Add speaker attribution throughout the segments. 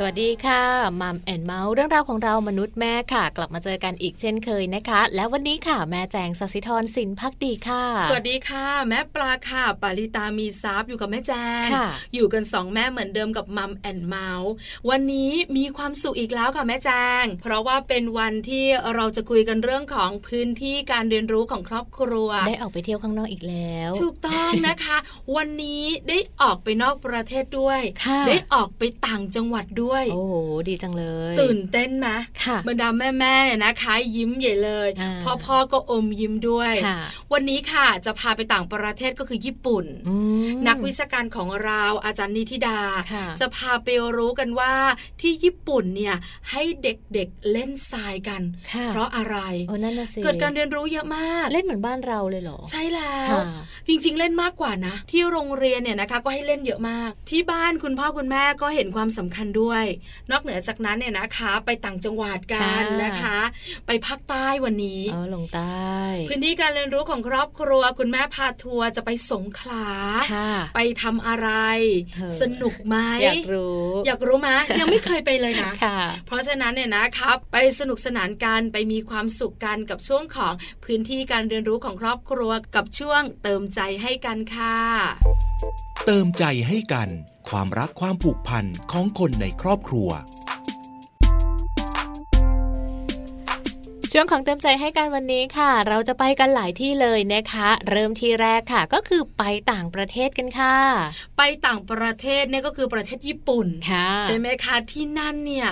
Speaker 1: สวัสดีค่ะมัมแอนเมาส์เรื่องราวของเรามนุษย์แม่ค่ะ กลับมาเจอกันอีกเช่นเคยนะคะ และวันนี้ค่ะแม่แจงสศิธรสินพักดีค่ะ
Speaker 2: สวัสดีค่ะ แม่ปลาค่ะ ปาริตามีซับอยู่กับแม่แจง
Speaker 1: ค่ะ
Speaker 2: อยู่กันสองแม่เหมือนเดิมกับมัมแอนเมาส์วันนี้มีความสุขอีกแล้วค่ะแม่แจง เพราะว่าเป็นวันที่เราจะคุยกันเรื่องของพื้นที่การเรียนรู้ของครอบครัว
Speaker 1: ได้ออกไปเที่ยวข้างนอกอีกแล้ว
Speaker 2: ถูกต้องนะคะ วันนี้ได้ออกไปนอกประเทศด้วย
Speaker 1: ค่ะ
Speaker 2: ได้ออกไปต่างจังหวัดด้วย
Speaker 1: โอ้โหดีจังเลย
Speaker 2: ตื่นเต้นไหม
Speaker 1: ค่ะ
Speaker 2: บรรดาแม่ๆเนี่ยนะคะ ยิ้มใหญ่เลย
Speaker 1: อ่า
Speaker 2: พ่อพ่อๆก็อมยิ้มด้วย
Speaker 1: ค่ะ
Speaker 2: วันนี้ค่ะจะพาไปต่างประเทศก็คือญี่ปุ่น
Speaker 1: อืม
Speaker 2: นักวิชาการของเราอาจารย์นิธิดา
Speaker 1: ค่ะ
Speaker 2: จะพาไปรู้กันว่าที่ญี่ปุ่นเนี่ยให้เด็กๆเล่นทรายกัน
Speaker 1: ค่ะ
Speaker 2: เพราะอะไร
Speaker 1: โอ้นั่นน่ะสิ
Speaker 2: เกิดการเรียนรู้เยอะมาก
Speaker 1: เล่นเหมือนบ้านเราเลยเหรอ
Speaker 2: ใช่แล้ว
Speaker 1: ค่ะ
Speaker 2: จริงๆเล่นมากกว่านะ ที่โรงเรียนเนี่ยนะคะก็ให้เล่นเยอะมาก ที่บ้านคุณพ่อคุณแม่ก็เห็นความสำคัญด้วย นอกเหนือจากนั้นเนี่ยนะคะ ไปต่างจังหวัดกันนะคะ ไปภาคใต้วันนี้
Speaker 1: เออลงใต้
Speaker 2: พื้นที่การเรียนรู้ของครอบครัว คุณแม่พาทัวร์จะไปสงขลา
Speaker 1: ค่ะ
Speaker 2: ไปทำอะไร
Speaker 1: เออ
Speaker 2: สนุกไหม
Speaker 1: อยากรู้
Speaker 2: อยากรู้ไหมยังไม่เคยไปเลยนะ
Speaker 1: ค่ะ
Speaker 2: เพราะฉะนั้นเนี่ยนะครับ ไปสนุกสนานกันไปมีความสุขกันกับช่วงของพื้นที่การเรียนรู้ของครอบครัวกับช่วงเติมใจให้กันค่ะ
Speaker 3: เติมใจให้กัน ความรักความผูกพันของคนในครอบครัว
Speaker 1: ช่วงของเติมใจให้กันวันนี้ค่ะ เราจะไปกันหลายที่เลยนะคะ เริ่มที่แรกค่ะ ก็คือไปต่างประเทศกันค่ะ
Speaker 2: ไปต่างประเทศเนี่ยก็คือประเทศญี่ปุ่น
Speaker 1: ค่ะ
Speaker 2: ใช่ไหมคะที่นั่นเนี่ย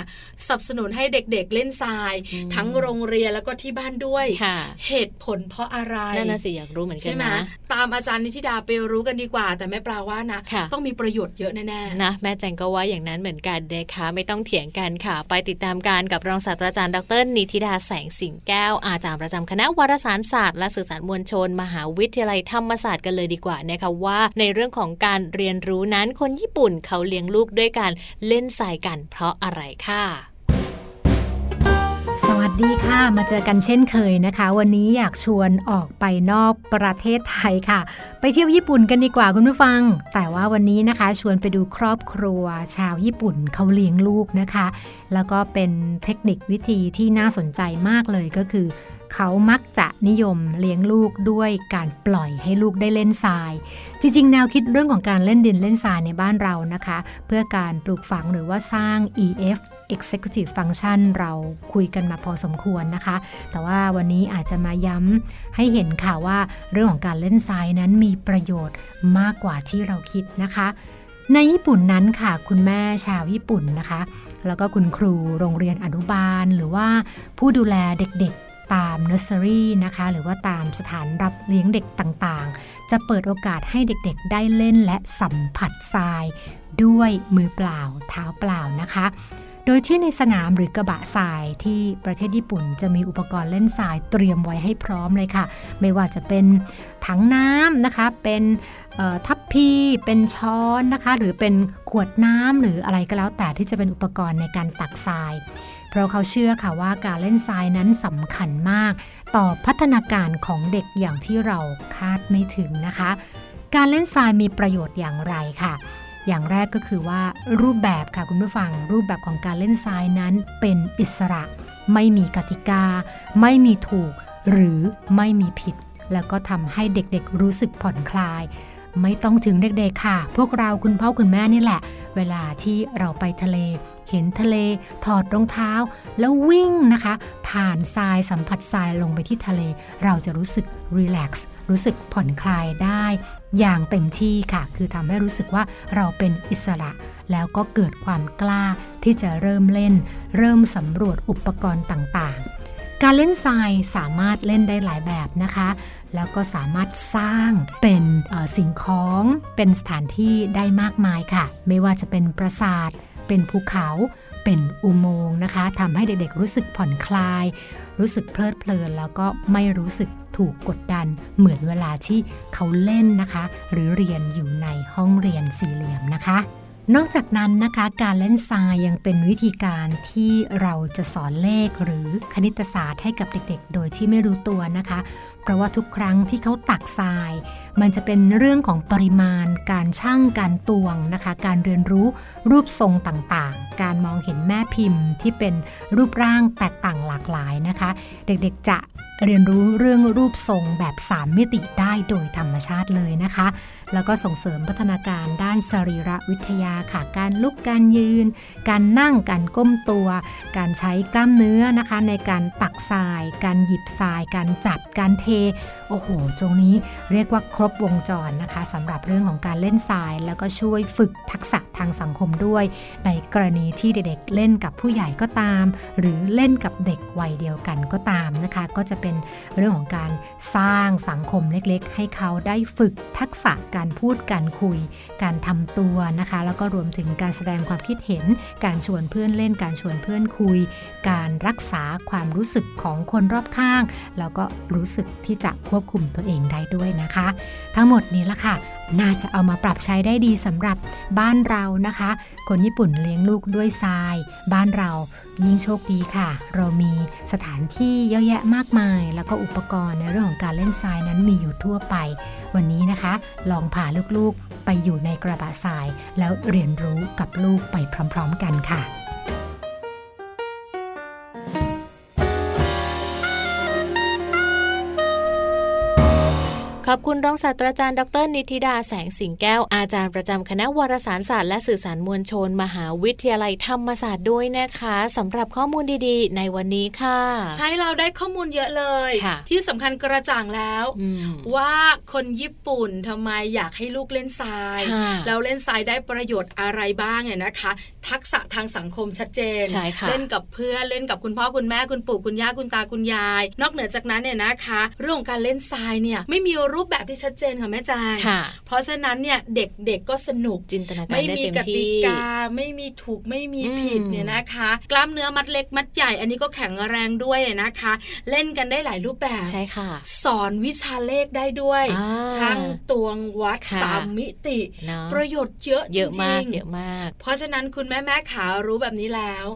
Speaker 2: สนับสนุนให้เด็กๆเล่นทราย
Speaker 1: อืม
Speaker 2: ทั้งโรงเรียนแล้วก็ที่บ้านด้วย
Speaker 1: ค่ะ
Speaker 2: เหตุผลเพราะอะไร
Speaker 1: นั่นน่ะสิอยากรู้เหมือนกั
Speaker 2: ใช่
Speaker 1: น
Speaker 2: ไหม
Speaker 1: นะ
Speaker 2: ตามอาจารย์นิธิดาไปรู้กันดีกว่า แต่แม่ปลาว่านะ
Speaker 1: ค่ะ
Speaker 2: ต้องมีประโยชน์เยอะแน่ๆ
Speaker 1: นะแม่แจงก็ว่าอย่างนั้นเหมือนกันนะคะ ไม่ต้องเถียงกันค่ะ ไปติดตามการกับรองศาสตราจารย์ดรนิติดาแสงสิงแก้ว อาจารย์ประจำคณะวารสารศาสตร์และสื่อสารมวลชน มหาวิทยาลัยธรรมศาสตร์กันเลยดีกว่านะคะว่า ในเรื่องของการเรียนรู้นั้นคนญี่ปุ่นเขาเลี้ยงลูกด้วยการเล่นทรายกันเพราะอะไรค่ะ
Speaker 4: สวัสดีค่ะ มาเจอกันเช่นเคยนะคะ วันนี้อยากชวนออกไปนอกประเทศไทยค่ะ ไปเที่ยวญี่ปุ่นกันดีกว่าคุณผู้ฟัง แต่ว่าวันนี้นะคะชวนไปดูครอบครัว ชาวญี่ปุ่นเขาเลี้ยงลูกนะคะ แล้วก็เป็นเทคนิควิธีที่น่าสนใจมากเลยก็คือ เขามักจะนิยมเลี้ยงลูกด้วยการปล่อยให้ลูกได้เล่นทราย จริงๆ แนวคิดเรื่องของการเล่นดินเล่นทรายในบ้านเรานะคะ เพื่อการปลูกฝังหรือว่าสร้าง EF Executive Function เราคุยกันมาพอสมควรนะคะ แต่ว่าวันนี้อาจจะมาย้ำให้เห็นค่ะว่าเรื่องของการเล่นทรายนั้นมีประโยชน์มากกว่าที่เราคิดนะคะ ในญี่ปุ่นนั้นค่ะ คุณแม่ชาวญี่ปุ่นนะคะ แล้วก็คุณครูโรงเรียนอนุบาล หรือว่าผู้ดูแลเด็กๆตามเนอร์เซอรี่นะคะ หรือว่าตามสถานรับเลี้ยงเด็กต่างๆ จะเปิดโอกาสให้เด็กๆ ได้เล่นและสัมผัสทราย ด้วยมือเปล่าเท้าเปล่านะคะ โดยที่ในสนามหรือกระบะทรายที่ประเทศญี่ปุ่นจะมีอุปกรณ์เล่นทรายเตรียมไว้ให้พร้อมเลยค่ะ ไม่ว่าจะเป็นถังน้ำนะคะ เป็นเอ่อทัพพี เป็นช้อนนะคะ หรือเป็นขวดน้ำหรืออะไรก็แล้วแต่ที่จะเป็นอุปกรณ์ในการตักทราย เพราะเขาเชื่อค่ะว่าการเล่นทรายนั้นสำคัญมาก ต่อพัฒนาการของเด็กอย่างที่เราคาดไม่ถึงนะคะ การเล่นทรายมีประโยชน์อย่างไรค่ะ อย่างแรกก็คือว่ารูปแบบค่ะคุณผู้ฟัง รูปแบบของการเล่นทรายนั้นเป็นอิสระ ไม่มีกติกา ไม่มีถูก หรือไม่มีผิด แล้วก็ทำให้เด็กๆรู้สึกผ่อนคลาย ไม่ต้องถึงเด็กๆค่ะ พวกเราคุณพ่อคุณแม่นี่แหละ เวลาที่เราไปทะเล เห็นทะเล ถอดรองเท้า แล้ววิ่งนะคะ ผ่านทรายสัมผัสทรายลงไปที่ทะเล เราจะรู้สึกรีแลกซ์รู้สึกผ่อนคลายได้ อย่างเต็มที่ค่ะ คือทำให้รู้สึกว่าเราเป็นอิสระ แล้วก็เกิดความกล้าที่จะเริ่มเล่น เริ่มสำรวจอุปกรณ์ต่างๆ การเล่นทรายสามารถเล่นได้หลายแบบนะคะ แล้วก็สามารถสร้างเป็นเอ่อสิ่งของ เป็นสถานที่ได้มากมายค่ะ ไม่ว่าจะเป็นปราสาท เป็นภูเขา เป็นอุโมงค์นะคะทำให้เด็กๆรู้สึกผ่อนคลาย รู้สึกเพลิดเพลิน แล้วก็ไม่รู้สึกถูกกดดัน เหมือนเวลาที่เขาเล่นนะคะ หรือเรียนอยู่ในห้องเรียนสี่เหลี่ยมนะคะ นอกจากนั้นนะคะการเล่นทรายยังเป็นวิธีการที่เราจะสอนเลขหรือคณิตศาสตร์ให้กับเด็กๆ โดยที่ไม่รู้ตัวนะคะ เพราะว่าทุกครั้งที่เขาตักทราย มันจะเป็นเรื่องของปริมาณ การช่างการตวงนะคะ การเรียนรู้รูปทรงต่างๆ การมองเห็นแม่พิมพ์ที่เป็นรูปร่างแตกต่างหลากหลายนะคะ เด็กๆจะเรียนรู้เรื่องรูปทรงแบบ 3 มิติได้โดยธรรมชาติเลยนะคะ แล้วก็ส่งเสริมพัฒนาการด้านสรีระวิทยาค่ะ การลุกการยืน การนั่งการก้มตัว การใช้กล้ามเนื้อนะคะ ในการตักทราย การหยิบทราย การจับการเท โอ้โห ตรงนี้เรียกว่าครบวงจรนะคะสำหรับเรื่องของการเล่นทราย แล้วก็ช่วยฝึกทักษะทางสังคมด้วย ในกรณีที่เด็กๆเล่นกับผู้ใหญ่ก็ตาม หรือเล่นกับเด็กวัยเดียวกันก็ตามนะคะ ก็จะเป็นเรื่องของการสร้างสังคมเล็กๆ ให้เขาได้ฝึกทักษะการพูดการคุย การทำตัวนะคะ แล้วก็รวมถึงการแสดงความคิดเห็น การชวนเพื่อนเล่น การชวนเพื่อนคุย การรักษาความรู้สึกของคนรอบข้าง แล้วก็รู้สึกที่จะควบคุมตัวเองได้ด้วยนะคะ ทั้งหมดนี้ละค่ะ น่าจะเอามาปรับใช้ได้ดีสำหรับบ้านเรานะคะ คนญี่ปุ่นเลี้ยงลูกด้วยทราย บ้านเรายิ่งโชคดีค่ะ เรามีสถานที่เยอะแยะมากมาย แล้วก็อุปกรณ์ในเรื่องของการเล่นทรายนั้นมีอยู่ทั่วไป วันนี้นะคะ ลองพาลูกๆไปอยู่ในกระบะทราย แล้วเรียนรู้กับลูกไปพร้อมๆกันค่ะ
Speaker 1: ขอบคุณรองศาสตราจารย์ดร นิติดาแสงสิงแก้วอาจารย์ประจำคณะวารสารศาสตร์และสื่อสารมวลชน มหาวิทยาลัยธรรมศาสตร์ด้วยนะคะสำหรับข้อมูลดีๆ ในวันนี้ค่ะ
Speaker 2: ใช้เราได้ข้อมูลเยอะเลย
Speaker 1: ค่ะ
Speaker 2: ที่สำคัญกระจ่างแล้ว
Speaker 1: อืม
Speaker 2: ว่าคนญี่ปุ่นทำไมอยากให้ลูกเล่นทราย
Speaker 1: ค่ะ
Speaker 2: แล้วเล่นทรายได้ประโยชน์อะไรบ้างเนี่ยนะคะ ทักษะทางสังคมชัดเจน
Speaker 1: ใช่ค่ะ
Speaker 2: เล่นกับเพื่อนเล่นกับคุณพ่อคุณแม่คุณปู่คุณย่าคุณตาคุณยาย นอกเหนือจากนั้นเนี่ยนะคะ เรื่องของการเล่นทรายเนี่ยไม่มีรูปแบบที่ชัดเจนค่ะแม่จาง
Speaker 1: ค่ะ
Speaker 2: เพราะฉะนั้นเนี่ยเด็กๆก็สนุก
Speaker 1: จินตนาการ
Speaker 2: ไม่
Speaker 1: ได้
Speaker 2: มี
Speaker 1: เต็ม
Speaker 2: กติ
Speaker 1: ที่
Speaker 2: กาไม่มีถูกไม่มี
Speaker 1: อืม
Speaker 2: ผิดเนี่ยนะคะ กล้ามเนื้อมัดเล็กมัดใหญ่ อันนี้ก็แข็งแรงด้วยนะคะ เล่นกันได้หลายรูปแบบ
Speaker 1: ใช่ค่ะ
Speaker 2: สอนวิชาเลขได้ด้วย
Speaker 1: อ่า
Speaker 2: ช่างตวงวัด
Speaker 1: ค่ะ
Speaker 2: สามมิติ
Speaker 1: เนาะ
Speaker 2: ประโยชน์เยอะ
Speaker 1: เยอะ
Speaker 2: จริ
Speaker 1: มาก
Speaker 2: ง
Speaker 1: เยอะมาก
Speaker 2: ๆเพราะฉะนั้นคุณแม่แม่ๆขารู้แบบนี้แล้ว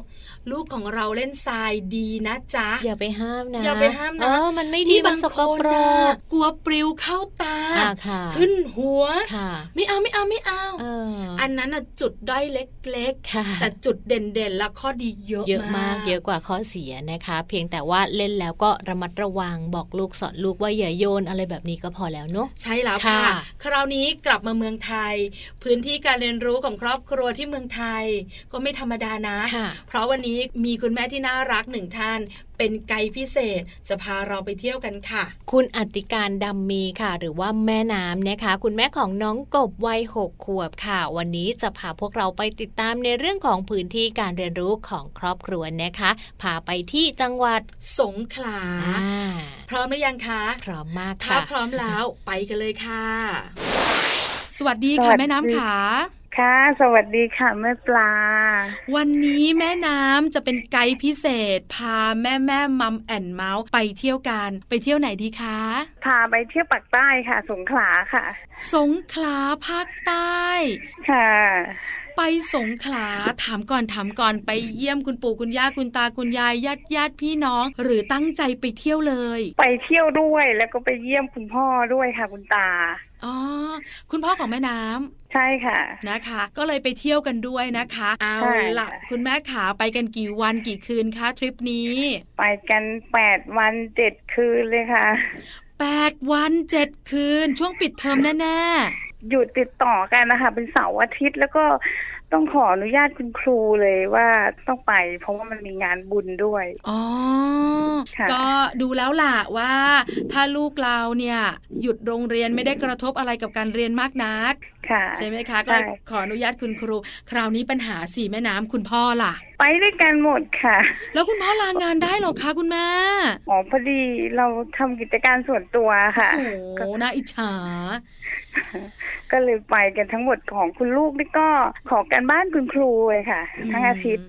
Speaker 2: ลูกของเราเล่นทรายดีนะจ๊ะ
Speaker 1: อย่าไปห้ามนะ
Speaker 2: อย่าไปห้ามนะ
Speaker 1: เออมันไม่ดีมันสกปร
Speaker 2: นะ
Speaker 1: ก
Speaker 2: กลัวปลิวเข้าตา
Speaker 1: อ่ะค่ะ
Speaker 2: ขึ้นหัว
Speaker 1: ค่ะ
Speaker 2: ไม่เอาไม่เอาไม่เอา
Speaker 1: เออ
Speaker 2: อันนั้นน่ะจุดด้อยเล็ก ๆ
Speaker 1: ค่ะ
Speaker 2: แต่จุดเด่นๆ และข้อดีเยอะ
Speaker 1: เยอะมากเยอะกว่าข้อเสียนะคะ เพียงแต่ว่าเล่นแล้วก็ระมัดระวังบอกลูกสอนลูกว่าอย่าโยนอะไรแบบนี้ก็พอแล้วเนอะ
Speaker 2: ใช่แล้วค่ะ
Speaker 1: ค่ะ
Speaker 2: คราวนี้กลับมาเมืองไทย พื้นที่การเรียนรู้ของครอบครัวที่เมืองไทย ก็ไม่ธรรมดานะ
Speaker 1: ค่ะ
Speaker 2: เพราะวันนี้มีคุณแม่ที่น่ารักหนึ่งท่าน เป็นไกด์พิเศษ จะพาเราไปเที่ยวกันค่ะ
Speaker 1: คุณอติการดำมีค่ะ หรือว่าแม่น้ำนะคะ คุณแม่ของน้องกบวัยหกขวบค่ะ วันนี้จะพาพวกเราไปติดตามในเรื่องของพื้นที่การเรียนรู้ของครอบครัวนะคะ พาไปที่จังหวัด
Speaker 2: สงขลา
Speaker 1: อ่า
Speaker 2: พร้อมหรือยังคะ
Speaker 1: พร้อมมาก
Speaker 2: ถ้า
Speaker 1: ค่ะ
Speaker 2: พร้อมแล้วไปกันเลยค่ะ สวัสดีค่ะ
Speaker 5: สวัสดี
Speaker 2: แม่น้ำขา
Speaker 5: ค่ะ สวัสดีค่ะแม่ปลา
Speaker 2: วันนี้แม่น้ำจะเป็นไกด์พิเศษ พาแม่แม่มัมแอนเมาส์ไปเที่ยวกันไปเที่ยวไหนดีคะ
Speaker 5: พาไปเที่ยวปากใต้ค่ะ สงขลาค่ะ
Speaker 2: สงขลาภาคใต้
Speaker 5: ค่ะ
Speaker 2: ไปสงขลาถามก่อนถามก่อนไปเยี่ยมคุณปู่คุณย่าคุณตาคุณยายญาติญาติพี่น้อง หรือตั้งใจไปเที่ยวเลย
Speaker 5: ไปเที่ยวด้วยแล้วก็ไปเยี่ยมคุณพ่อด้วยค่ะ คุณตา
Speaker 2: อ๋อคุณพ่อของแม่น้ำ
Speaker 5: ใช่ค่ะ
Speaker 2: นะคะ ก็เลยไปเที่ยวกันด้วยนะคะเอา
Speaker 5: ใช่
Speaker 2: ละ
Speaker 5: ค่ะ
Speaker 2: คุณแม่ขาไปกันกี่วันกี่คืนคะทริปนี้
Speaker 5: ไปกันแปดวันเจ็ดคืนเลยค่ะ
Speaker 2: แปดวันเจ็ดคืน ช่วงปิดเทอมแน่
Speaker 5: หยุดติดต่อกันนะคะ เป็นเสาร์อาทิตย์แล้วก็ต้องขออนุญาตคุณครูเลยว่าต้องไป เพราะว่ามันมีงานบุญด้วย
Speaker 2: ๆอ๋อ
Speaker 5: ค่ะ
Speaker 2: ก็ดูแล้วล่ะว่า ถ้าลูกเราเนี่ยหยุดโรงเรียนไม่ได้กระทบอะไรกับการเรียนมากนัก
Speaker 5: ค่ะ
Speaker 2: ใช่ไหมคะก็
Speaker 5: ใช่
Speaker 2: เลยขออนุญาตคุณครู คราวนี้ปัญหาสี่แม่น้ำคุณพ่อล่ะ
Speaker 5: ไปด้วยกันหมดค่ะ
Speaker 2: แล้วคุณพ่อลางานได้เหรอคะคุณแม่
Speaker 5: อ๋อพอดีเราทำกิจการส่วนตัวค่ะ
Speaker 2: โอ้โหน่าอิจฉา
Speaker 5: ก็เลยไปกันทั้งหมดของคุณลูกนี่ก็ขอกันบ้านคุณครูเลยค่ะ ทั้งอาทิตย์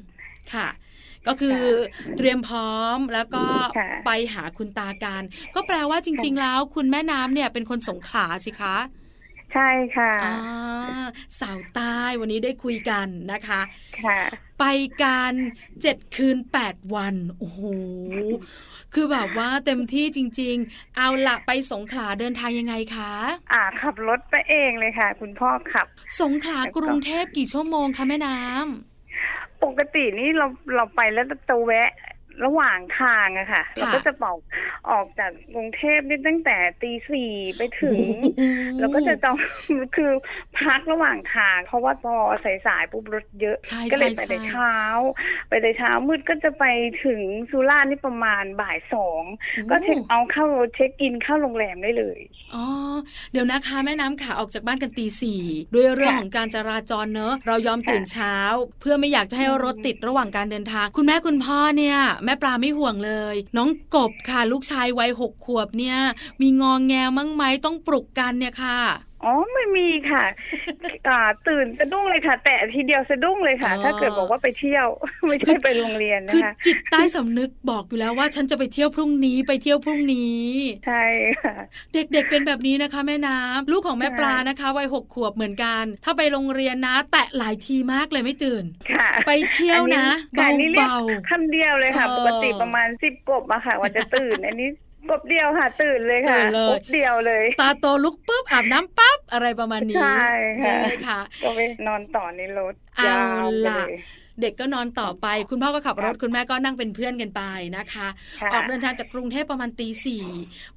Speaker 2: มค่ะ ก็คือเตรียมพร้อมแล้วก็
Speaker 5: ค่ะ
Speaker 2: ไปหาคุณตาการ ก็แปลว่าจริง ๆ แล้วคุณแม่น้ำเนี่ยเป็นคนสงขลาสิคะ
Speaker 5: ใช่ค่ะ
Speaker 2: อ่าสาวใต้วันนี้ได้คุยกันนะคะ
Speaker 5: ค่ะ
Speaker 2: ไปกันเจ็ดคืนแปดวันโอ้โหคือแบบว่าเต็มที่จริง ๆ เอาละไปสงขลาเดินทางยังไงคะ
Speaker 5: อ่าขับรถไปเองเลยค่ะ คุณพ่อขับ
Speaker 2: สงขลากรุงเทพกี่ชั่วโมงคะแม่น้ำ
Speaker 5: ปกตินี่เราเราไปแล้วจะแวะระหว่างทางอะค่ะ เราก็จะบอกออกจากกรุงเทพนี่ตั้งแต่ตีสี่ไป ถึง เราก็จะจอง คือพักระหว่างทาง เพราะว่าพอสายๆปุ๊บรถเยอะ
Speaker 2: ใช่
Speaker 5: ก็เล
Speaker 2: ใช่
Speaker 5: ยไป
Speaker 2: ใช่
Speaker 5: แต่เช้า ไปแต่เช้ามืดก็จะไปถึงสุราษฎร์นี่ประมาณบ่ายสองก็เช็คเอาท์เข้าเช็คอินเข้าโรงแรมได้เลย
Speaker 2: อ๋อเดี๋ยวนะคะแม่น้ำขาออกจากบ้านกันตีสี่ด้วยเรื่องของการจราจรเนอะเรายอมตื่นเช้า เพื่อไม่อยากจะให้รถติดระหว่างการเดินทาง คุณแม่คุณพ่อเนี่ย แม่ปลาไม่ห่วงเลย น้องกบค่ะลูกชายวัยหกขวบเนี่ย มีงองแงมั้งไหมต้องปลุกกันเนี่ยค่ะ
Speaker 5: อ๋อไม่มีค่ะ อ่าตื่นสะดุ้งเลยค่ะ แต่ทีเดียวสะดุ้งเลยค่ะ
Speaker 2: อ๋อ
Speaker 5: ถ้าเกิดบอกว่าไปเที่ยว ไม่ใช่ไปโรงเรียนนะ
Speaker 2: คือ
Speaker 5: คะ
Speaker 2: จิตใต้สำนึกบอกอยู่แล้วว่า ฉันจะไปเที่ยวพรุ่งนี้ไปเที่ยวพรุ่งนี้
Speaker 5: ใช่ค่ะ
Speaker 2: เด็กๆ เป็นแบบนี้นะคะ แม่น้ำลูกของแม่
Speaker 5: ใช่
Speaker 2: ปลานะคะวัยหกขวบเหมือนกัน ถ้าไปโรงเรียนนะ แตะหลายทีมากเลยไม่ตื่น
Speaker 5: ค่ะ
Speaker 2: ไปเที่ยวนะ
Speaker 5: อันนี้แต่อันนี้เรียก
Speaker 2: เบา
Speaker 5: คำเดียวเลยค่ะ
Speaker 2: เออ
Speaker 5: ปกติประมาณสิบกบอะค่ะกว่าจะตื่น อันนี้กบเดียวค่ะ ตื่นเลยค่ะ
Speaker 2: ตื่นเลย
Speaker 5: กบเดียวเลย
Speaker 2: ๆตาโตลุกปุ๊บอาบน้ำปั๊บอะไรประมาณนี้
Speaker 5: ใช่ค่ะ
Speaker 2: ไหมคะ
Speaker 5: ก็ไปนอนต่อในรถ
Speaker 2: เอา
Speaker 5: ยาวไป
Speaker 2: ล่ะ
Speaker 5: เลย
Speaker 2: เด็กก็นอนต่อไป คุณพ่อก็ขับรถคุณแม่ก็นั่งเป็นเพื่อนกันไปนะคะ
Speaker 5: ค่ะ
Speaker 2: ออกเดินทางจากกรุงเทพประมาณตีสี่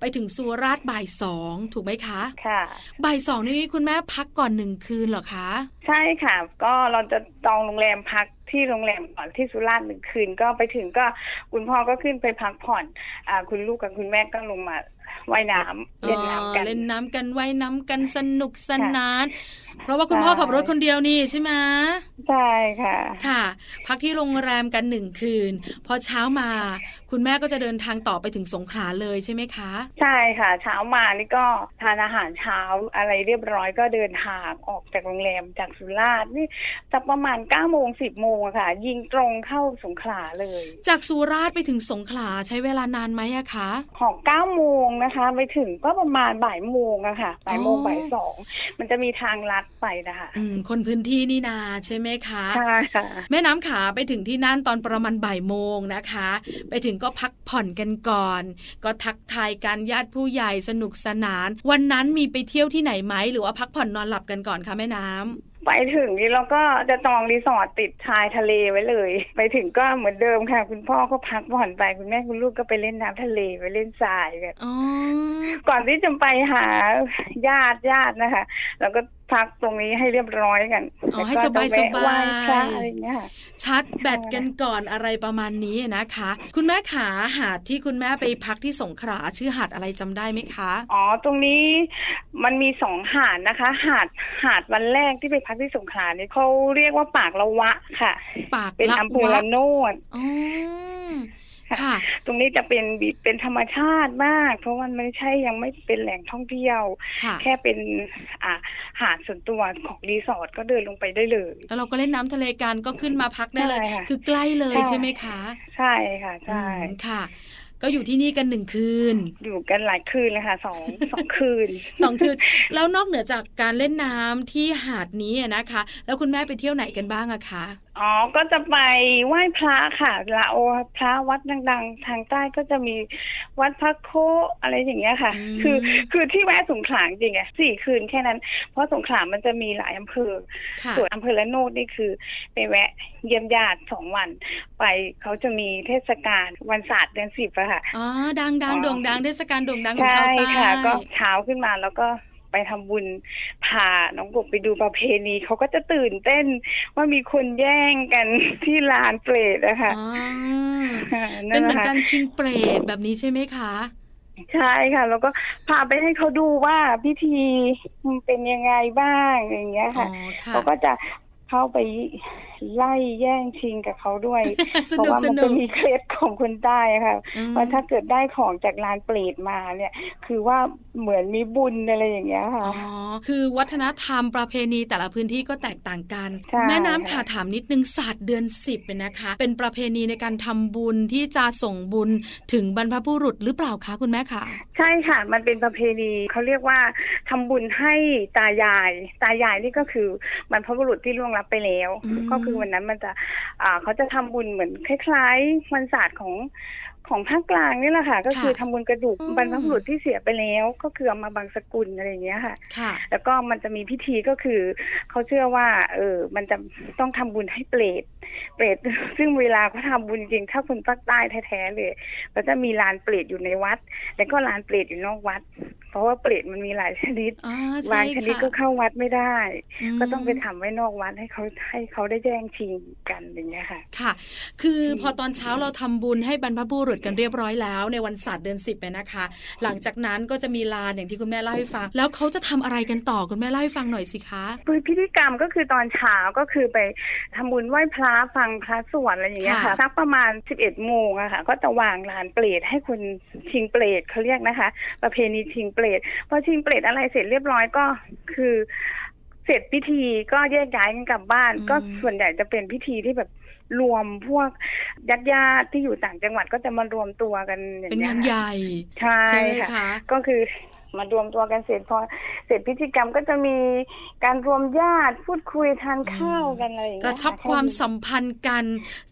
Speaker 2: ไปถึงสุราษฎร์บ่ายสองถูกไหมคะ
Speaker 5: ค่ะ
Speaker 2: บ่ายสองนี่คุณแม่พักก่อนหนึ่งคืนเหรอคะ
Speaker 5: ใช่ค่ะ ก็เราจะจองโรงแรมพักที่โรงแรมก่อนที่สุราษฎร์หนึ่งคืนก็ไปถึงก็คุณพ่อก็ขึ้นไปพักผ่อน อ่า คุณลูกกับคุณแม่ก็ลงมาว่ายน้ำเล่นน้ำกัน
Speaker 2: อ๋อเล่นน้ำกันว่ายน้ำกันสนุกส
Speaker 5: ค่ะ
Speaker 2: นาน เพราะว่าคุณพ่อ
Speaker 5: ใช่
Speaker 2: ขับรถคนเดียวนี่ใช่ไหม
Speaker 5: ใช่ค่ะ
Speaker 2: ค่ะ พักที่โรงแรมกันหนึ่งคืน พอเช้ามา คุณแม่ก็จะเดินทางต่อไปถึงสงขลาเลยใช่ไหมคะ
Speaker 5: ใช่ค่ะ เช้ามานี่ก็ทานอาหารเช้าอะไรเรียบร้อยก็เดินทางออกจากโรงแรมจากสุราษฎร์นี่สักประมาณ9ก้าโมงสิบโมงอะค่ะ ยิงตรงเข้าสงขลาเลย
Speaker 2: จากสุราษฎร์ไปถึงสงขลาใช้เวลานานไหมอะคะ
Speaker 5: ของ9ก้าโมงนะคะ ไปถึงก็ประมาณบ่ายโมงอะค่ะบ่ายโมง
Speaker 2: อ๋อ
Speaker 5: บ่ายสองมันจะมีทางลัดไปนะคะ
Speaker 2: อืม คนพื้นที่นี่นาใช่ไหมคะ
Speaker 5: ใช่ค่ะ
Speaker 2: แม่น้ำขาไปถึงที่นั่นตอนประมาณบ่ายโมงนะคะ ไปถึงก็พักผ่อนกันก่อน ก็ทักทายกันญาติผู้ใหญ่สนุกสนาน วันนั้นมีไปเที่ยวที่ไหนไหมหรือว่าพักผ่อนนอนหลับกันก่อนคะแม่น้ำ
Speaker 5: ไปถึงนี่เราก็จะจองรีสอร์ทติดชายทะเลไว้เลย ไปถึงก็เหมือนเดิมค่ะ คุณพ่อก็พักผ่อนไปคุณแม่คุณลูกก็ไปเล่นน้ำทะเลไปเล่นทรายกัน
Speaker 2: อ๋อ
Speaker 5: ก่อนที่จะไปหาญาติญาตินะคะ แล้วก็พักตรงนี้ให้เรียบร้อยกัน
Speaker 2: อ๋อให้ส
Speaker 5: แล้ว
Speaker 2: บา
Speaker 5: ก็
Speaker 2: ยส
Speaker 5: จะแวะ
Speaker 2: บา
Speaker 5: ไหว้
Speaker 2: ย
Speaker 5: พระอะไรอย่างเงี้ยค่ะ
Speaker 2: ชาร์จแบตกันก่อนอะไรประมาณนี้นะคะ คุณแม่ขาหาดที่คุณแม่ไปพักที่สงขลาชื่อหาดอะไรจำได้ไหมคะ
Speaker 5: อ๋อ ตรงนี้มันมีสองหาดนะคะ หาดหาดวันแรกที่ไปพักที่สงขลาเนี่ยเขาเรียกว่าปากละวะค่ะ
Speaker 2: ปาก
Speaker 5: เป็น
Speaker 2: ละ
Speaker 5: อำเภอ
Speaker 2: วั
Speaker 5: ละ
Speaker 2: ด
Speaker 5: โนด
Speaker 2: อ๋อค่ะ
Speaker 5: ตรงนี้จะเป็นเป็นธรรมชาติมาก เพราะมันไม่ใช่ยังไม่เป็นแหล่งท่องเที่ยว
Speaker 2: ค่ะ
Speaker 5: แค่เป็นอ่าหาดส่วนตัวของรีสอร์ทก็เดินลงไปได้เลย
Speaker 2: แล้วเราก็เล่นน้ำทะเลกันก็ขึ้นมาพักได้เลย
Speaker 5: ใช่ค่ะ
Speaker 2: คือใกล้เลย
Speaker 5: ใช่
Speaker 2: ใช่ไหมคะ
Speaker 5: ใช่ค่ะใช่
Speaker 2: อืมค่ะ ก็อยู่ที่นี่กันหนึ่งคืน
Speaker 5: อยู่กันหลายคืนเลยค่ะ สอง สองคืน
Speaker 2: สองคืน แล้วนอกเหนือจากการเล่นน้ำที่หาดนี้อะนะคะ แล้วคุณแม่ไปเที่ยวไหนกันบ้างอะคะ
Speaker 5: อ๋อ ก็จะไปไหว้พระค่ะละโอพระวัดดังๆ ทางใต้ก็จะมีวัดพระโคอะไรอย่างเงี้ยค่ะ
Speaker 2: ม
Speaker 5: คือคือที่แวะสงขลาจริงๆอะสี่คืนแค่นั้น เพราะสงขลามันจะมีหลายอำเภอ
Speaker 2: ค่ะ
Speaker 5: ส่วนอำเภอละโนดนี่คือ ไปแวะเยี่ยมญาติสองวัน ไปเขาจะมีเทศกาลวันศาสตร์เดือนสิบอะค่ะ
Speaker 2: อ๋อดังดัง
Speaker 5: อ๋อ
Speaker 2: โด่งดังเทศกาลโด่งดังของ
Speaker 5: ใช่
Speaker 2: ชาวใต้
Speaker 5: ค่ะ ก็เช้าขึ้นมาแล้วก็ไปทำบุญพาน้องกบไปดูประเพณีเขาก็จะตื่นเต้นว่ามีคนแย่งกัน ที่ลานเปรตนะคะ
Speaker 2: อ๋อเป็
Speaker 5: นั่
Speaker 2: นเห
Speaker 5: นแห
Speaker 2: มือ
Speaker 5: ละ
Speaker 2: นกั
Speaker 5: ค่ะ
Speaker 2: นชิงเปรตแบบนี้ใช่ไหมคะ
Speaker 5: ใช่ค่ะ แล้วก็พาไปให้เขาดูว่าพิธีมันเป็นยังไงบ้างอย่างเงี้ย
Speaker 2: อ๋อ
Speaker 5: ค่ะ
Speaker 2: ค่ะ
Speaker 5: เขาก็จะเข้าไปไล่แย่งชิงกับเขาด้วย
Speaker 2: ส
Speaker 5: เพราะ
Speaker 2: นุก
Speaker 5: ว่า
Speaker 2: ส
Speaker 5: มัน
Speaker 2: นุ
Speaker 5: จะ
Speaker 2: ก
Speaker 5: มีเคล็ดของคนใต้ค่ะ
Speaker 2: อืม
Speaker 5: ว่าถ้าเกิดได้ของจากลานเปรตมาเนี่ย คือว่าเหมือนมีบุญอะไรอย่างเงี้ยค่ะ
Speaker 2: อ๋อคือวัฒนธรรมประเพณีแต่ละพื้นที่ก็แตกต่างกัน
Speaker 5: ใช่
Speaker 2: แม่น้ำขาถามนิดนึงศาสตร์เดือนสิบเนี่ยนะคะ เป็นประเพณีในการทำบุญที่จะส่งบุญถึงบรรพบุรุษหรือเปล่าคะคุณแม่คะ
Speaker 5: ใช่ค่ะ มันเป็นประเพณีเขาเรียกว่า ทำบุญให้ตายาย ตายายนี่ก็คือบรรพบุรุษที่ล่วงลับไปแล้ว
Speaker 2: อืม
Speaker 5: ก็คือวันนั้นมันจะ อ่าเขาจะทำบุญเหมือนคล้ายๆวันศาสตร์ของของภาคกลางนี่แหละค่ะ ก็คือ
Speaker 2: ค่ะ
Speaker 5: ทำบุญกระดูก
Speaker 2: อืม
Speaker 5: บรรพบุรุษที่เสียไปแล้ว ก็คือเอามาบางสกุลอะไรอย่างเงี้ยค่ะ
Speaker 2: ค่ะ
Speaker 5: แล้วก็มันจะมีพิธีก็คือ เขาเชื่อว่า เออ มันจะต้องทำบุญให้เปรตเปรต ซึ่งเวลาเขาทำบุญจริงถ้าคนภาคใต้แท้ๆเลยก็จะมีลานเปรตอยู่ในวัด แล้วก็ลานเปรตอยู่นอกวัด เพราะว่าเปรตมันมีหลายชนิด
Speaker 2: อ่า
Speaker 5: บา
Speaker 2: ใช่
Speaker 5: งชนิด
Speaker 2: ค่ะ
Speaker 5: ก็เข้าวัดไม่ได้
Speaker 2: ม
Speaker 5: ก็ต้องไปทำไว้นอกวัดให้เขาให้เขาได้แย่งชิงกันอย่างเงี้ยค่ะ
Speaker 2: ค่ะ คือพอตอนเช้าเราทำบุญให้บรรพบุรุษกันเรียบร้อยแล้ว ในวันศาสตร์เดือนสิบเนี่ยนะคะ หลังจากนั้นก็จะมีลานอย่างที่คุณแม่เล่าให้ฟัง แล้วเขาจะทำอะไรกันต่อคุณแม่เล่าให้ฟังหน่อยสิคะ
Speaker 5: คือพิธีกรรมก็คือตอนเช้าก็คือไปทำบุญไหว้พระฟังพระสวดอะไรอย่างเงี้ย
Speaker 2: ค่ะ
Speaker 5: ค่ะสักประมาณ 11โมงอะค่ะ ก็จะวางลานเปรตให้คนชิงเปรตเขาเรียกนะคะ ประเพณีชิงเปรตพอชิงเปรตอะไรเสร็จเรียบร้อยก็คือ เสร็จพิธีก็แยกย้ายกันกลับบ้าน
Speaker 2: อืม
Speaker 5: ก็ส่วนใหญ่จะเป็นพิธีที่แบบรวมพวกญาติญาติๆที่อยู่ต่างจังหวัดก็จะมารวมตัวกันอย่าง
Speaker 2: เป็น
Speaker 5: เงี้
Speaker 2: งาย นใหญ่
Speaker 5: ใช่
Speaker 2: ใช่ไหม
Speaker 5: ค่ะ
Speaker 2: คะ
Speaker 5: ก็คือ มารวมตัวกันเสร็จพอเสร็จพิธีกรรมก็จะมีการรวมญาติพูดคุยทานข้าวกันอะไรอย่าง
Speaker 2: ก
Speaker 5: เงี้ย
Speaker 2: ระชับ
Speaker 5: ค่
Speaker 2: ความสัมพันธ์กัน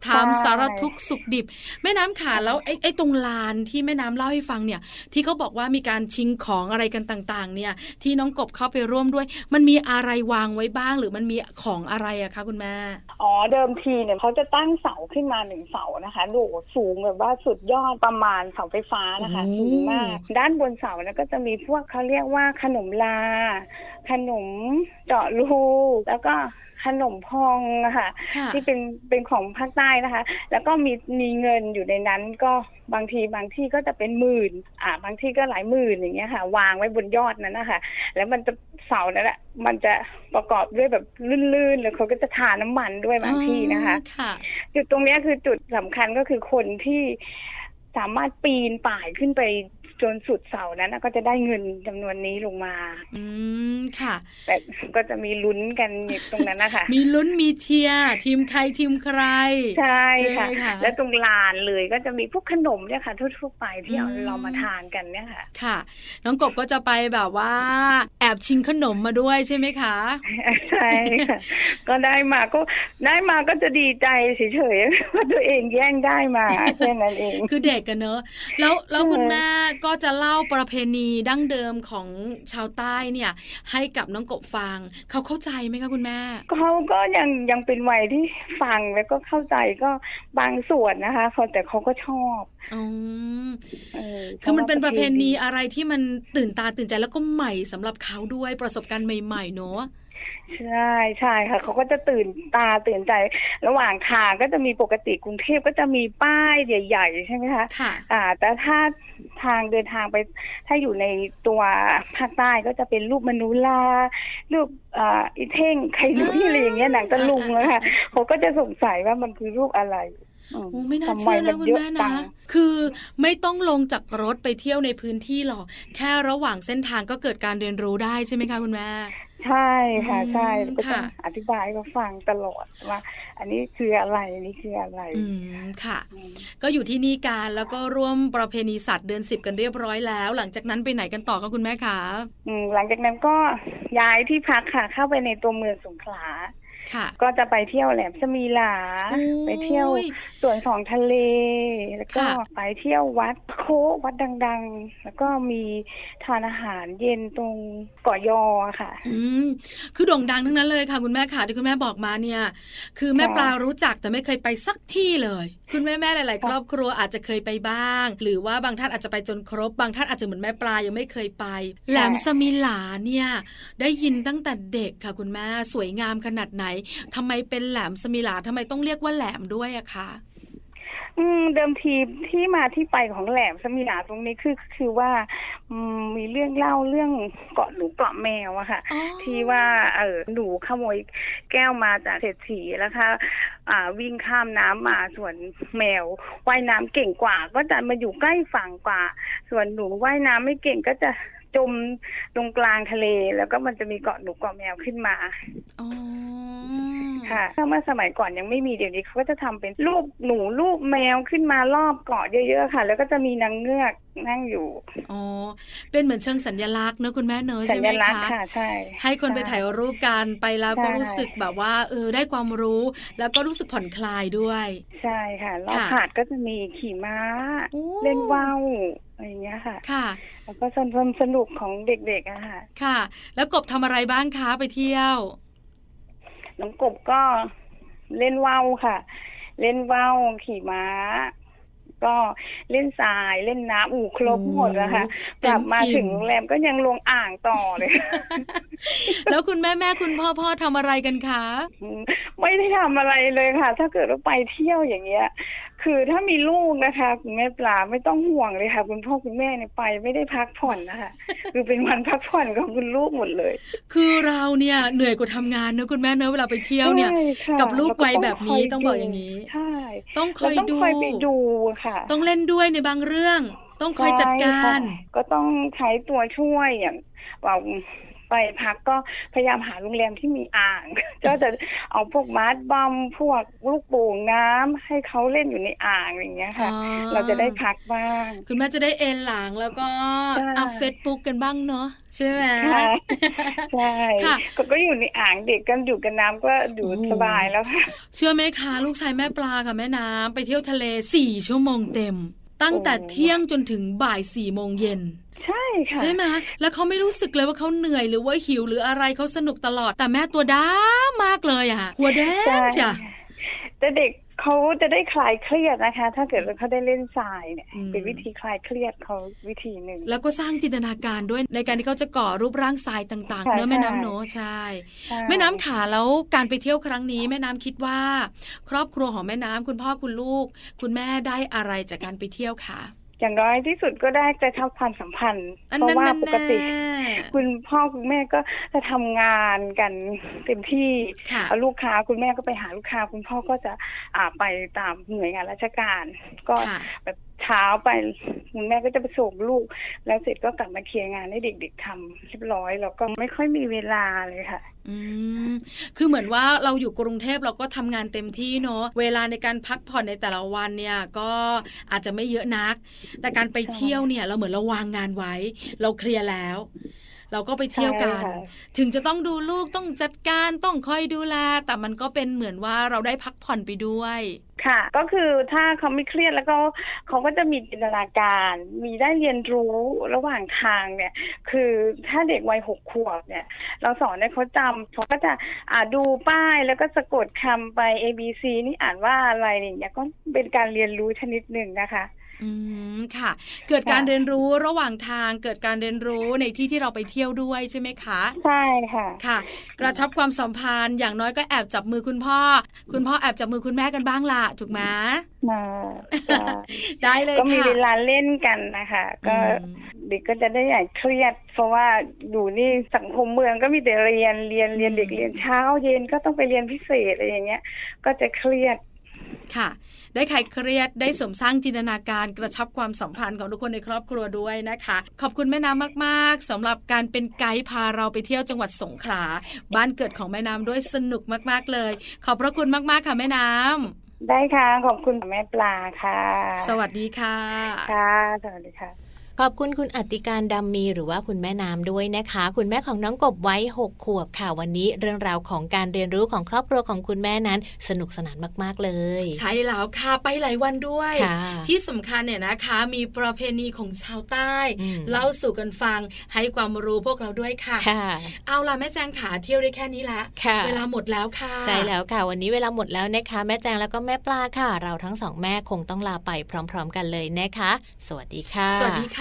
Speaker 2: ถาม
Speaker 5: ใช่
Speaker 2: สารทุกข์สุขดิบ แม่น้ำขาแล้วไอ้ไอ้ตรงลานที่แม่น้ำเล่าให้ฟังเนี่ย ที่เขาบอกว่ามีการชิงของอะไรกันต่าง ๆ เนี่ย ที่น้องกบเข้าไปร่วมด้วย มันมีอะไรวางไว้บ้าง หรือมันมีของอะไรอะคะคุณแม่
Speaker 5: อ๋อเดิมทีเนี่ยเขาจะตั้งเสาขึ้นมาหนึ่งเสานะคะดูสูงแบบว่าสุดยอดประมาณเสาไฟฟ้านะคะ
Speaker 2: โอ้โห
Speaker 5: สูงมากด้านบนเสาเนี่ยก็จะมีพวกเขาเรียกว่าขนมลา ขนมเจาะรูแล้วก็ขนมพองอะค่ะ
Speaker 2: ค่ะ
Speaker 5: ที่เป็นเป็นของภาคใต้นะคะ แล้วก็มีมีเงินอยู่ในนั้นก็บางทีบางที่ก็จะเป็นหมื่น อ่า บางที่ก็หลายหมื่นอย่างเงี้ยค่ะ วางไว้บนยอดนั้นนะคะแล้วมันจะเสานั่นแหละมันจะประกอบด้วยแบบลื่นๆแล้วเขาก็จะทาน้ำมันด้วยบางที่นะคะ
Speaker 2: อ๋อค่ะ
Speaker 5: จุดตรงเนี้ยคือจุดสำคัญก็คือคนที่สามารถปีนป่ายขึ้นไปจนสุดเสานั้นนะก็จะได้เงินจำนวนนี้ลงมา
Speaker 2: อืมค่ะ
Speaker 5: แต่ก็จะมีลุ้นกันอยู่ตรงนั้นนะคะ
Speaker 2: มีลุ้นมีเชียร์ทีมใครทีมใคร
Speaker 5: ใช่ค่ะ
Speaker 2: ใช่ไหมคะ
Speaker 5: แล้วตรงลานเลยก็จะมีพวกขนมเนี่ยค่ะทั่วๆไปที่เอา
Speaker 2: อืม
Speaker 5: เรามาทานกันเนี่ยค่ะ
Speaker 2: ค่ะ น้องกบก็จะไปแบบว่า แอบชิงขนมมาด้วยใช่ไหมคะ
Speaker 5: ใช่ค่ะ ก็ได้มาก็ได้มาก็จะดีใจเฉยๆ ว่าตัวเองแย่งได้มา แค่นั้นเอง
Speaker 2: คือเด็กกันเนอะแล้วแล้ว
Speaker 5: ใช่
Speaker 2: คุณแม่ก็จะเล่าประเพณีดั้งเดิมของชาวใต้เนี่ย ให้กับน้องกบฟังเขาเข้าใจไหมคะคุณแม่
Speaker 5: เขาก็ยังยังเป็นวัยที่ฟังแล้วก็เข้าใจก็บางส่วนนะคะเขาแต่เขาก็ชอบ
Speaker 2: อ๋อ
Speaker 5: เออ
Speaker 2: คือมันเป็นประเพณี
Speaker 5: ขาว่า
Speaker 2: อะไรที่มันตื่นตาตื่นใจแล้วก็ใหม่สำหรับเขาด้วยประสบการณ์ใหม่ๆเนอะ
Speaker 5: ใช่ใช่ค่ะเขาก็จะตื่นตาตื่นใจ ระหว่างทางก็จะมีปกติกรุงเทพก็จะมีป้ายใหญ่ ๆ ใช่ไหมคะ
Speaker 2: ค่ะ
Speaker 5: อ่าแต่ถ้าทางเดินทางไปถ้าอยู่ในตัวภาคใต้ก็จะเป็นรูปมนุลารูปอ่าอีเท่งใครรู้
Speaker 2: อ่า
Speaker 5: อะไรอย่างเงี้ยหนังตะลุงแล้วค่ะเขาก็จะสงสัยว่ามันคือรูปอะไรอื
Speaker 2: โอ้ไม่น่า
Speaker 5: ทำ
Speaker 2: เชื่อนะ
Speaker 5: น
Speaker 2: คุณ
Speaker 5: เย
Speaker 2: แม่
Speaker 5: จั
Speaker 2: นะ
Speaker 5: ง
Speaker 2: คือไม่ต้องลงจากรถไปเที่ยวในพื้นที่หรอกแค่ระหว่างเส้นทางก็เกิดการเรียนรู้ได้ใช่ไหมคะคุณแม่
Speaker 5: ใช่ค่ะใช่
Speaker 2: อืม
Speaker 5: ก็ต้อง
Speaker 2: ค่ะ
Speaker 5: อธิบายให้เขาฟังตลอดว่า อันนี้คืออะไรอันนี้คืออะไร
Speaker 2: อืมค่ะ
Speaker 5: อืม
Speaker 2: ก็อยู่ที่นี่กันแล้วก็ร่วมประเพณีสัตว์เดือนสิบกันเรียบร้อยแล้ว หลังจากนั้นไปไหนกันต่อคะคุณแม่คะ
Speaker 5: อืมหลังจากนั้นก็ย้ายที่พักค่ะเข้าไปในตัวเมืองสงขลา
Speaker 2: ค่ะ
Speaker 5: ก็จะไปเที่ยวแหลมสมีหลา
Speaker 2: โอ้ย
Speaker 5: ไปเที่ยวส่วนของทะเล แล้วก็
Speaker 2: ค่ะ
Speaker 5: ไปเที่ยววัดโคกวัดดังๆ แล้วก็มีทานอาหารเย็นตรงเกาะยอค่ะ
Speaker 2: อืมคือโด่งดังทั้งนั้นเลยค่ะ คุณแม่ค่ะที่คุณแม่บอกมาเนี่ย คือแม่
Speaker 5: ค่ะ
Speaker 2: ปลารู้จักแต่ไม่เคยไปสักที่เลย คุณแม่แม่ๆหลาย ๆ ครอบครัวอาจจะเคยไปบ้าง หรือว่าบางท่านอาจจะไปจนครบบางท่านอาจจะเหมือนแม่ปลายังไม่เคยไป แหลมสมิลาเนี่ย ได้ยินตั้งแต่เด็กค่ะ คุณแม่สวยงามขนาดไหนทำไมเป็นแหลมสมิลาทำไมต้องเรียกว่าแหลมด้วยอะคะ
Speaker 5: อืมเดิมทีที่มาที่ไปของแหลมสมีหลาตรงนี้คือคือว่าอืมมีเรื่องเล่าเรื่องเกาะหนูเกาะแมวอะค่ะ
Speaker 2: อ๋อ
Speaker 5: ที่ว่าเออหนูขโมยแก้วมาจากเศรษฐีแล้วค่ะอ่าวิ่งข้ามน้ำมาส่วนแมวว่ายน้ำเก่งกว่า ก็จะมาอยู่ใกล้ฝั่งกว่า ส่วนหนูว่ายน้ำไม่เก่งก็จะจมตรงกลางทะเล แล้วก็มันจะมีเกาะหนูเกาะแมวขึ้นมา
Speaker 2: อ๋อ
Speaker 5: ค่ะถ้าเมื่อสมัยก่อนยังไม่มีเดี๋ยวนี้เขาก็จะทำเป็นรูปหนูรูปแมวขึ้นมารอบเกาะเยอะๆค่ะ แล้วก็จะมีนางเงือกนั่งอยู่
Speaker 2: อ๋อเป็นเหมือนเชิงสัญลักษณ์เนอะคุณแม่เนอะ
Speaker 5: สั
Speaker 2: ใช่ไห
Speaker 5: ญ
Speaker 2: ม
Speaker 5: ลักษ
Speaker 2: คะ
Speaker 5: ณ์ค่ะใช่
Speaker 2: ให้คนไปถ่ายรูปกันไปแล้วก็
Speaker 5: ใช่
Speaker 2: รู้สึกแบบว่าเออได้ความรู้ แล้วก็รู้สึกผ่อนคลายด้วย
Speaker 5: ใช่ค่ะรอบ
Speaker 2: ค่ะ
Speaker 5: หาดก็จะมีขี่ม้า
Speaker 2: โอ้
Speaker 5: เล่นว่าวอะไรอย่างเงี้ยค่ะ
Speaker 2: ค่ะ
Speaker 5: แล้วก็สนความสนุกของเด็กๆอะค่ะ
Speaker 2: ค่ะ แล้วกบทำอะไรบ้างคะไปเที่ยว
Speaker 5: น้องกบก็เล่นว่าวค่ะ เล่นว่าวขี่ม้า ก็เล่นทรายเล่นน้ำอูครบหมดแล้วค่ะ
Speaker 2: โอ้
Speaker 5: กลับมา
Speaker 2: เต็มอิ่ม
Speaker 5: ถึงโรงแรมก็ยังลงอ่างต่อเลย
Speaker 2: แล้วคุณแม่แม่คุณพ่อพ่อทำอะไรกันคะ
Speaker 5: ไม่ได้ทำอะไรเลยค่ะ ถ้าเกิดว่าไปเที่ยวอย่างเงี้ย คือถ้ามีลูกนะคะคุณแม่ปลาไม่ต้องห่วงเลยค่ะ คุณพ่อคุณแม่เนี่ยไปไม่ได้พักผ่อนนะคะ คือเป็นวันพักผ่อนของคุณลูกหมดเลย
Speaker 2: คือเราเนี่ยเหนื่อยกว่าทำงานเนอะคุณแม่เนอะเวลาไปเที่ยวเนี่ย
Speaker 5: ใช่ค่ะ
Speaker 2: กับลูกวัยแบบนี้
Speaker 5: เรา
Speaker 2: ต้องบอกอย่างนี้
Speaker 5: ใช่
Speaker 2: ต้องค
Speaker 5: เรา
Speaker 2: อย
Speaker 5: ต้อง
Speaker 2: ดู
Speaker 5: คอยไปดูค่ะ
Speaker 2: ต้องเล่นด้วยในบางเรื่อง ต้องคอยจัดการ
Speaker 5: ใช่ค่ะก็ต้องใช้ตัวช่วยอย่างเราไปพักก็พยายามหาโรงแรมที่มีอ่าง ก็จะเอาพวกมาร์ทบอมพวกลูกโป่งน้ำให้เขาเล่นอยู่ในอ่างอย่างเงี้ยค่ะ
Speaker 2: อ๋อ
Speaker 5: เราจะได้พักบ้าง
Speaker 2: คุณแม่จะได้เอนหลังแล้วก็
Speaker 5: ใช่
Speaker 2: อัพเฟซบุ๊กกันบ้างเนาะใช่ไหม
Speaker 5: ค่ะใช่
Speaker 2: ค่ะ
Speaker 5: ก็ก็อยู่ในอ่างเด็กกันอยู่กันน้ำก็อยู่สบายแล้ว ค่ะ
Speaker 2: เชื่อไหมคะ ลูกชายแม่ปลากับแม่น้ำไปเที่ยวทะเลสี่ชั่วโมงเต็ม ตั้งแต่
Speaker 5: โอ้
Speaker 2: เที่ยงจนถึงบ่ายสี่โมงเย็น
Speaker 5: ใช่ค่ะ
Speaker 2: ใช่ไหมแล้วเขาไม่รู้สึกเลยว่าเขาเหนื่อยหรือว่าหิวหรืออะไรเขาสนุกตลอด แต่แม่ตัวด้ามากเลยอะหัวแด
Speaker 5: ใช่
Speaker 2: งจ้ะ
Speaker 5: แต่เด็กเขาจะได้คลายเครียดนะคะ ถ้าเกิดว่าเขาได้เล่นทรายเนี่ย
Speaker 2: อืม
Speaker 5: เป็นวิธีคลายเครียดเขาวิธีหนึ่ง
Speaker 2: แล้วก็สร้างจินตนาการด้วยในการที่เขาจะก่อรูปร่างทรายต่างๆ
Speaker 5: ใช่
Speaker 2: เนื้อะแม่
Speaker 5: ใช่
Speaker 2: น้ำเนอะใช่
Speaker 5: ใช่
Speaker 2: แม่น้ำขาแล้วการไปเที่ยวครั้งนี้แม่น้ำคิดว่า ครอบครัวของแม่น้ำคุณพ่อคุณลูก คุณแม่ได้อะไรจากการไปเที่ยวคะ
Speaker 5: อย่างน้อยที่สุดก็ได้กระชับความสัมพันธ์
Speaker 2: อัน
Speaker 5: เพ
Speaker 2: นั้น
Speaker 5: ราะว่า
Speaker 2: แน่
Speaker 5: ปกติ
Speaker 2: ๆ
Speaker 5: คุณพ่อคุณแม่ก็จะทำงานกันเต็มที่
Speaker 2: ค่ะ
Speaker 5: เอาลูกค้าคุณแม่ก็ไปหาลูกค้า คุณพ่อก็จะอ่าไปตามหน่วยงานราชการ ก็
Speaker 2: ค่ะ
Speaker 5: แบบเช้าไปคุณแม่ก็จะไปส่งลูก แล้วเสร็จก็กลับมาเคลียร์งานให้เด็กๆทำเรียบร้อยแล้วก็ไม่ค่อยมีเวลาเลยค่ะ
Speaker 2: อืมคือเหมือนว่าเราอยู่กรุงเทพเราก็ทำงานเต็มที่เนอะเวลาในการพักผ่อนในแต่ละวันเนี่ยก็อาจจะไม่เยอะนัก แต่การไปเที่ยวเนี่ยเราเหมือนเราวางงานไว้ เราเคลียร์แล้ว เราก็ไปเที่ยวกัน
Speaker 5: ใช่ค่ะ
Speaker 2: ถึงจะต้องดูลูกต้องจัดการต้องคอยดูแล แต่มันก็เป็นเหมือนว่าเราได้พักผ่อนไปด้วย
Speaker 5: ค่ะ ก็คือถ้าเขาไม่เครียดแล้วก็เขาก็จะมีจินตนาการ มีได้เรียนรู้ระหว่างทางเนี่ย คือถ้าเด็กวัยหกขวบเนี่ย เราสอนให้เขาจำเขาก็จะอ่าดูป้ายแล้วก็สะกดคำไป A B C นี่อ่านว่าอะไรอย่างเงี้ยก็เป็นการเรียนรู้ชนิดหนึ่งนะคะ
Speaker 2: อืมค่ะ เกิดการ
Speaker 5: ค่ะ
Speaker 2: เรียนรู้ระหว่างทาง เกิดการเรียนรู้ในที่ที่เราไปเที่ยวด้วยใช่ไหมคะ
Speaker 5: ใช่ ค่ะ
Speaker 2: ค่ะ กระชับความสัมพันธ์อย่างน้อยก็แอบจับมือคุณพ่อ คุณพ่อแอบจับมือคุณแม่กันบ้างล่ะถูกไหม
Speaker 5: มา
Speaker 2: ได้เลย
Speaker 5: ก็มี
Speaker 2: ค่ะ
Speaker 5: เวลาเล่นกันนะคะ ก็
Speaker 2: อืม
Speaker 5: เด็กก็จะได้อย่าเครียด เพราะว่าอยู่นี่สังคมเมืองก็มีแต่เรียนเรียนเรียน
Speaker 2: อืม
Speaker 5: เด็กเรียนเช้า เย็นก็ต้องไปเรียนพิเศษอะไรอย่างเงี้ย ก็จะเครียด
Speaker 2: ค่ะ ได้ไขเครียดได้เสริมสร้างจินตนาการกระชับความสัมพันธ์ของทุกคนในครอบครัวด้วยนะคะ ขอบคุณแม่น้ำมากๆสำหรับการเป็นไกด์พาเราไปเที่ยวจังหวัดสงขลาบ้านเกิดของแม่น้ำด้วยสนุกมากๆเลย ขอบพระคุณมากๆค่ะแม่น้ำ
Speaker 5: ได้ค่ะ ขอบคุณแม่ปลาค่ะ
Speaker 2: สวัสดีค่ะ
Speaker 5: ค่ะสวัสดีค่ะ
Speaker 1: ขอบคุณคุณอติการดำมีหรือว่าคุณแม่น้ำด้วยนะคะ คุณแม่ของน้องกบไว้ 6 ขวบค่ะวันนี้เรื่องราวของการเรียนรู้ของครอบครัวของคุณแม่นั้น สนุกสนานมากๆเลย
Speaker 2: ใช่แล้วค่ะไปหลายวันด้วย
Speaker 1: ค่ะ
Speaker 2: ที่สำคัญเนี่ยนะคะ มีประเพณีของชาวใต้
Speaker 1: อืม
Speaker 2: เล่าสู่กันฟังให้ความรู้พวกเราด้วยค่ะ
Speaker 1: ค่ะ
Speaker 2: เอาล่ะแม่แจงขาเที่ยวได้แค่นี้ละ
Speaker 1: ค่ะ
Speaker 2: เวลาหมดแล้วค่ะ
Speaker 1: ใช่แล้วค่ะ วันนี้เวลาหมดแล้วนะคะ แม่แจงแล้วก็แม่ปลาค่ะ เราทั้งสองแม่คงต้องลาไปพร้อม ๆ กันเลยนะคะ สวัสดีค่ะ
Speaker 2: สวัสดีค่ะ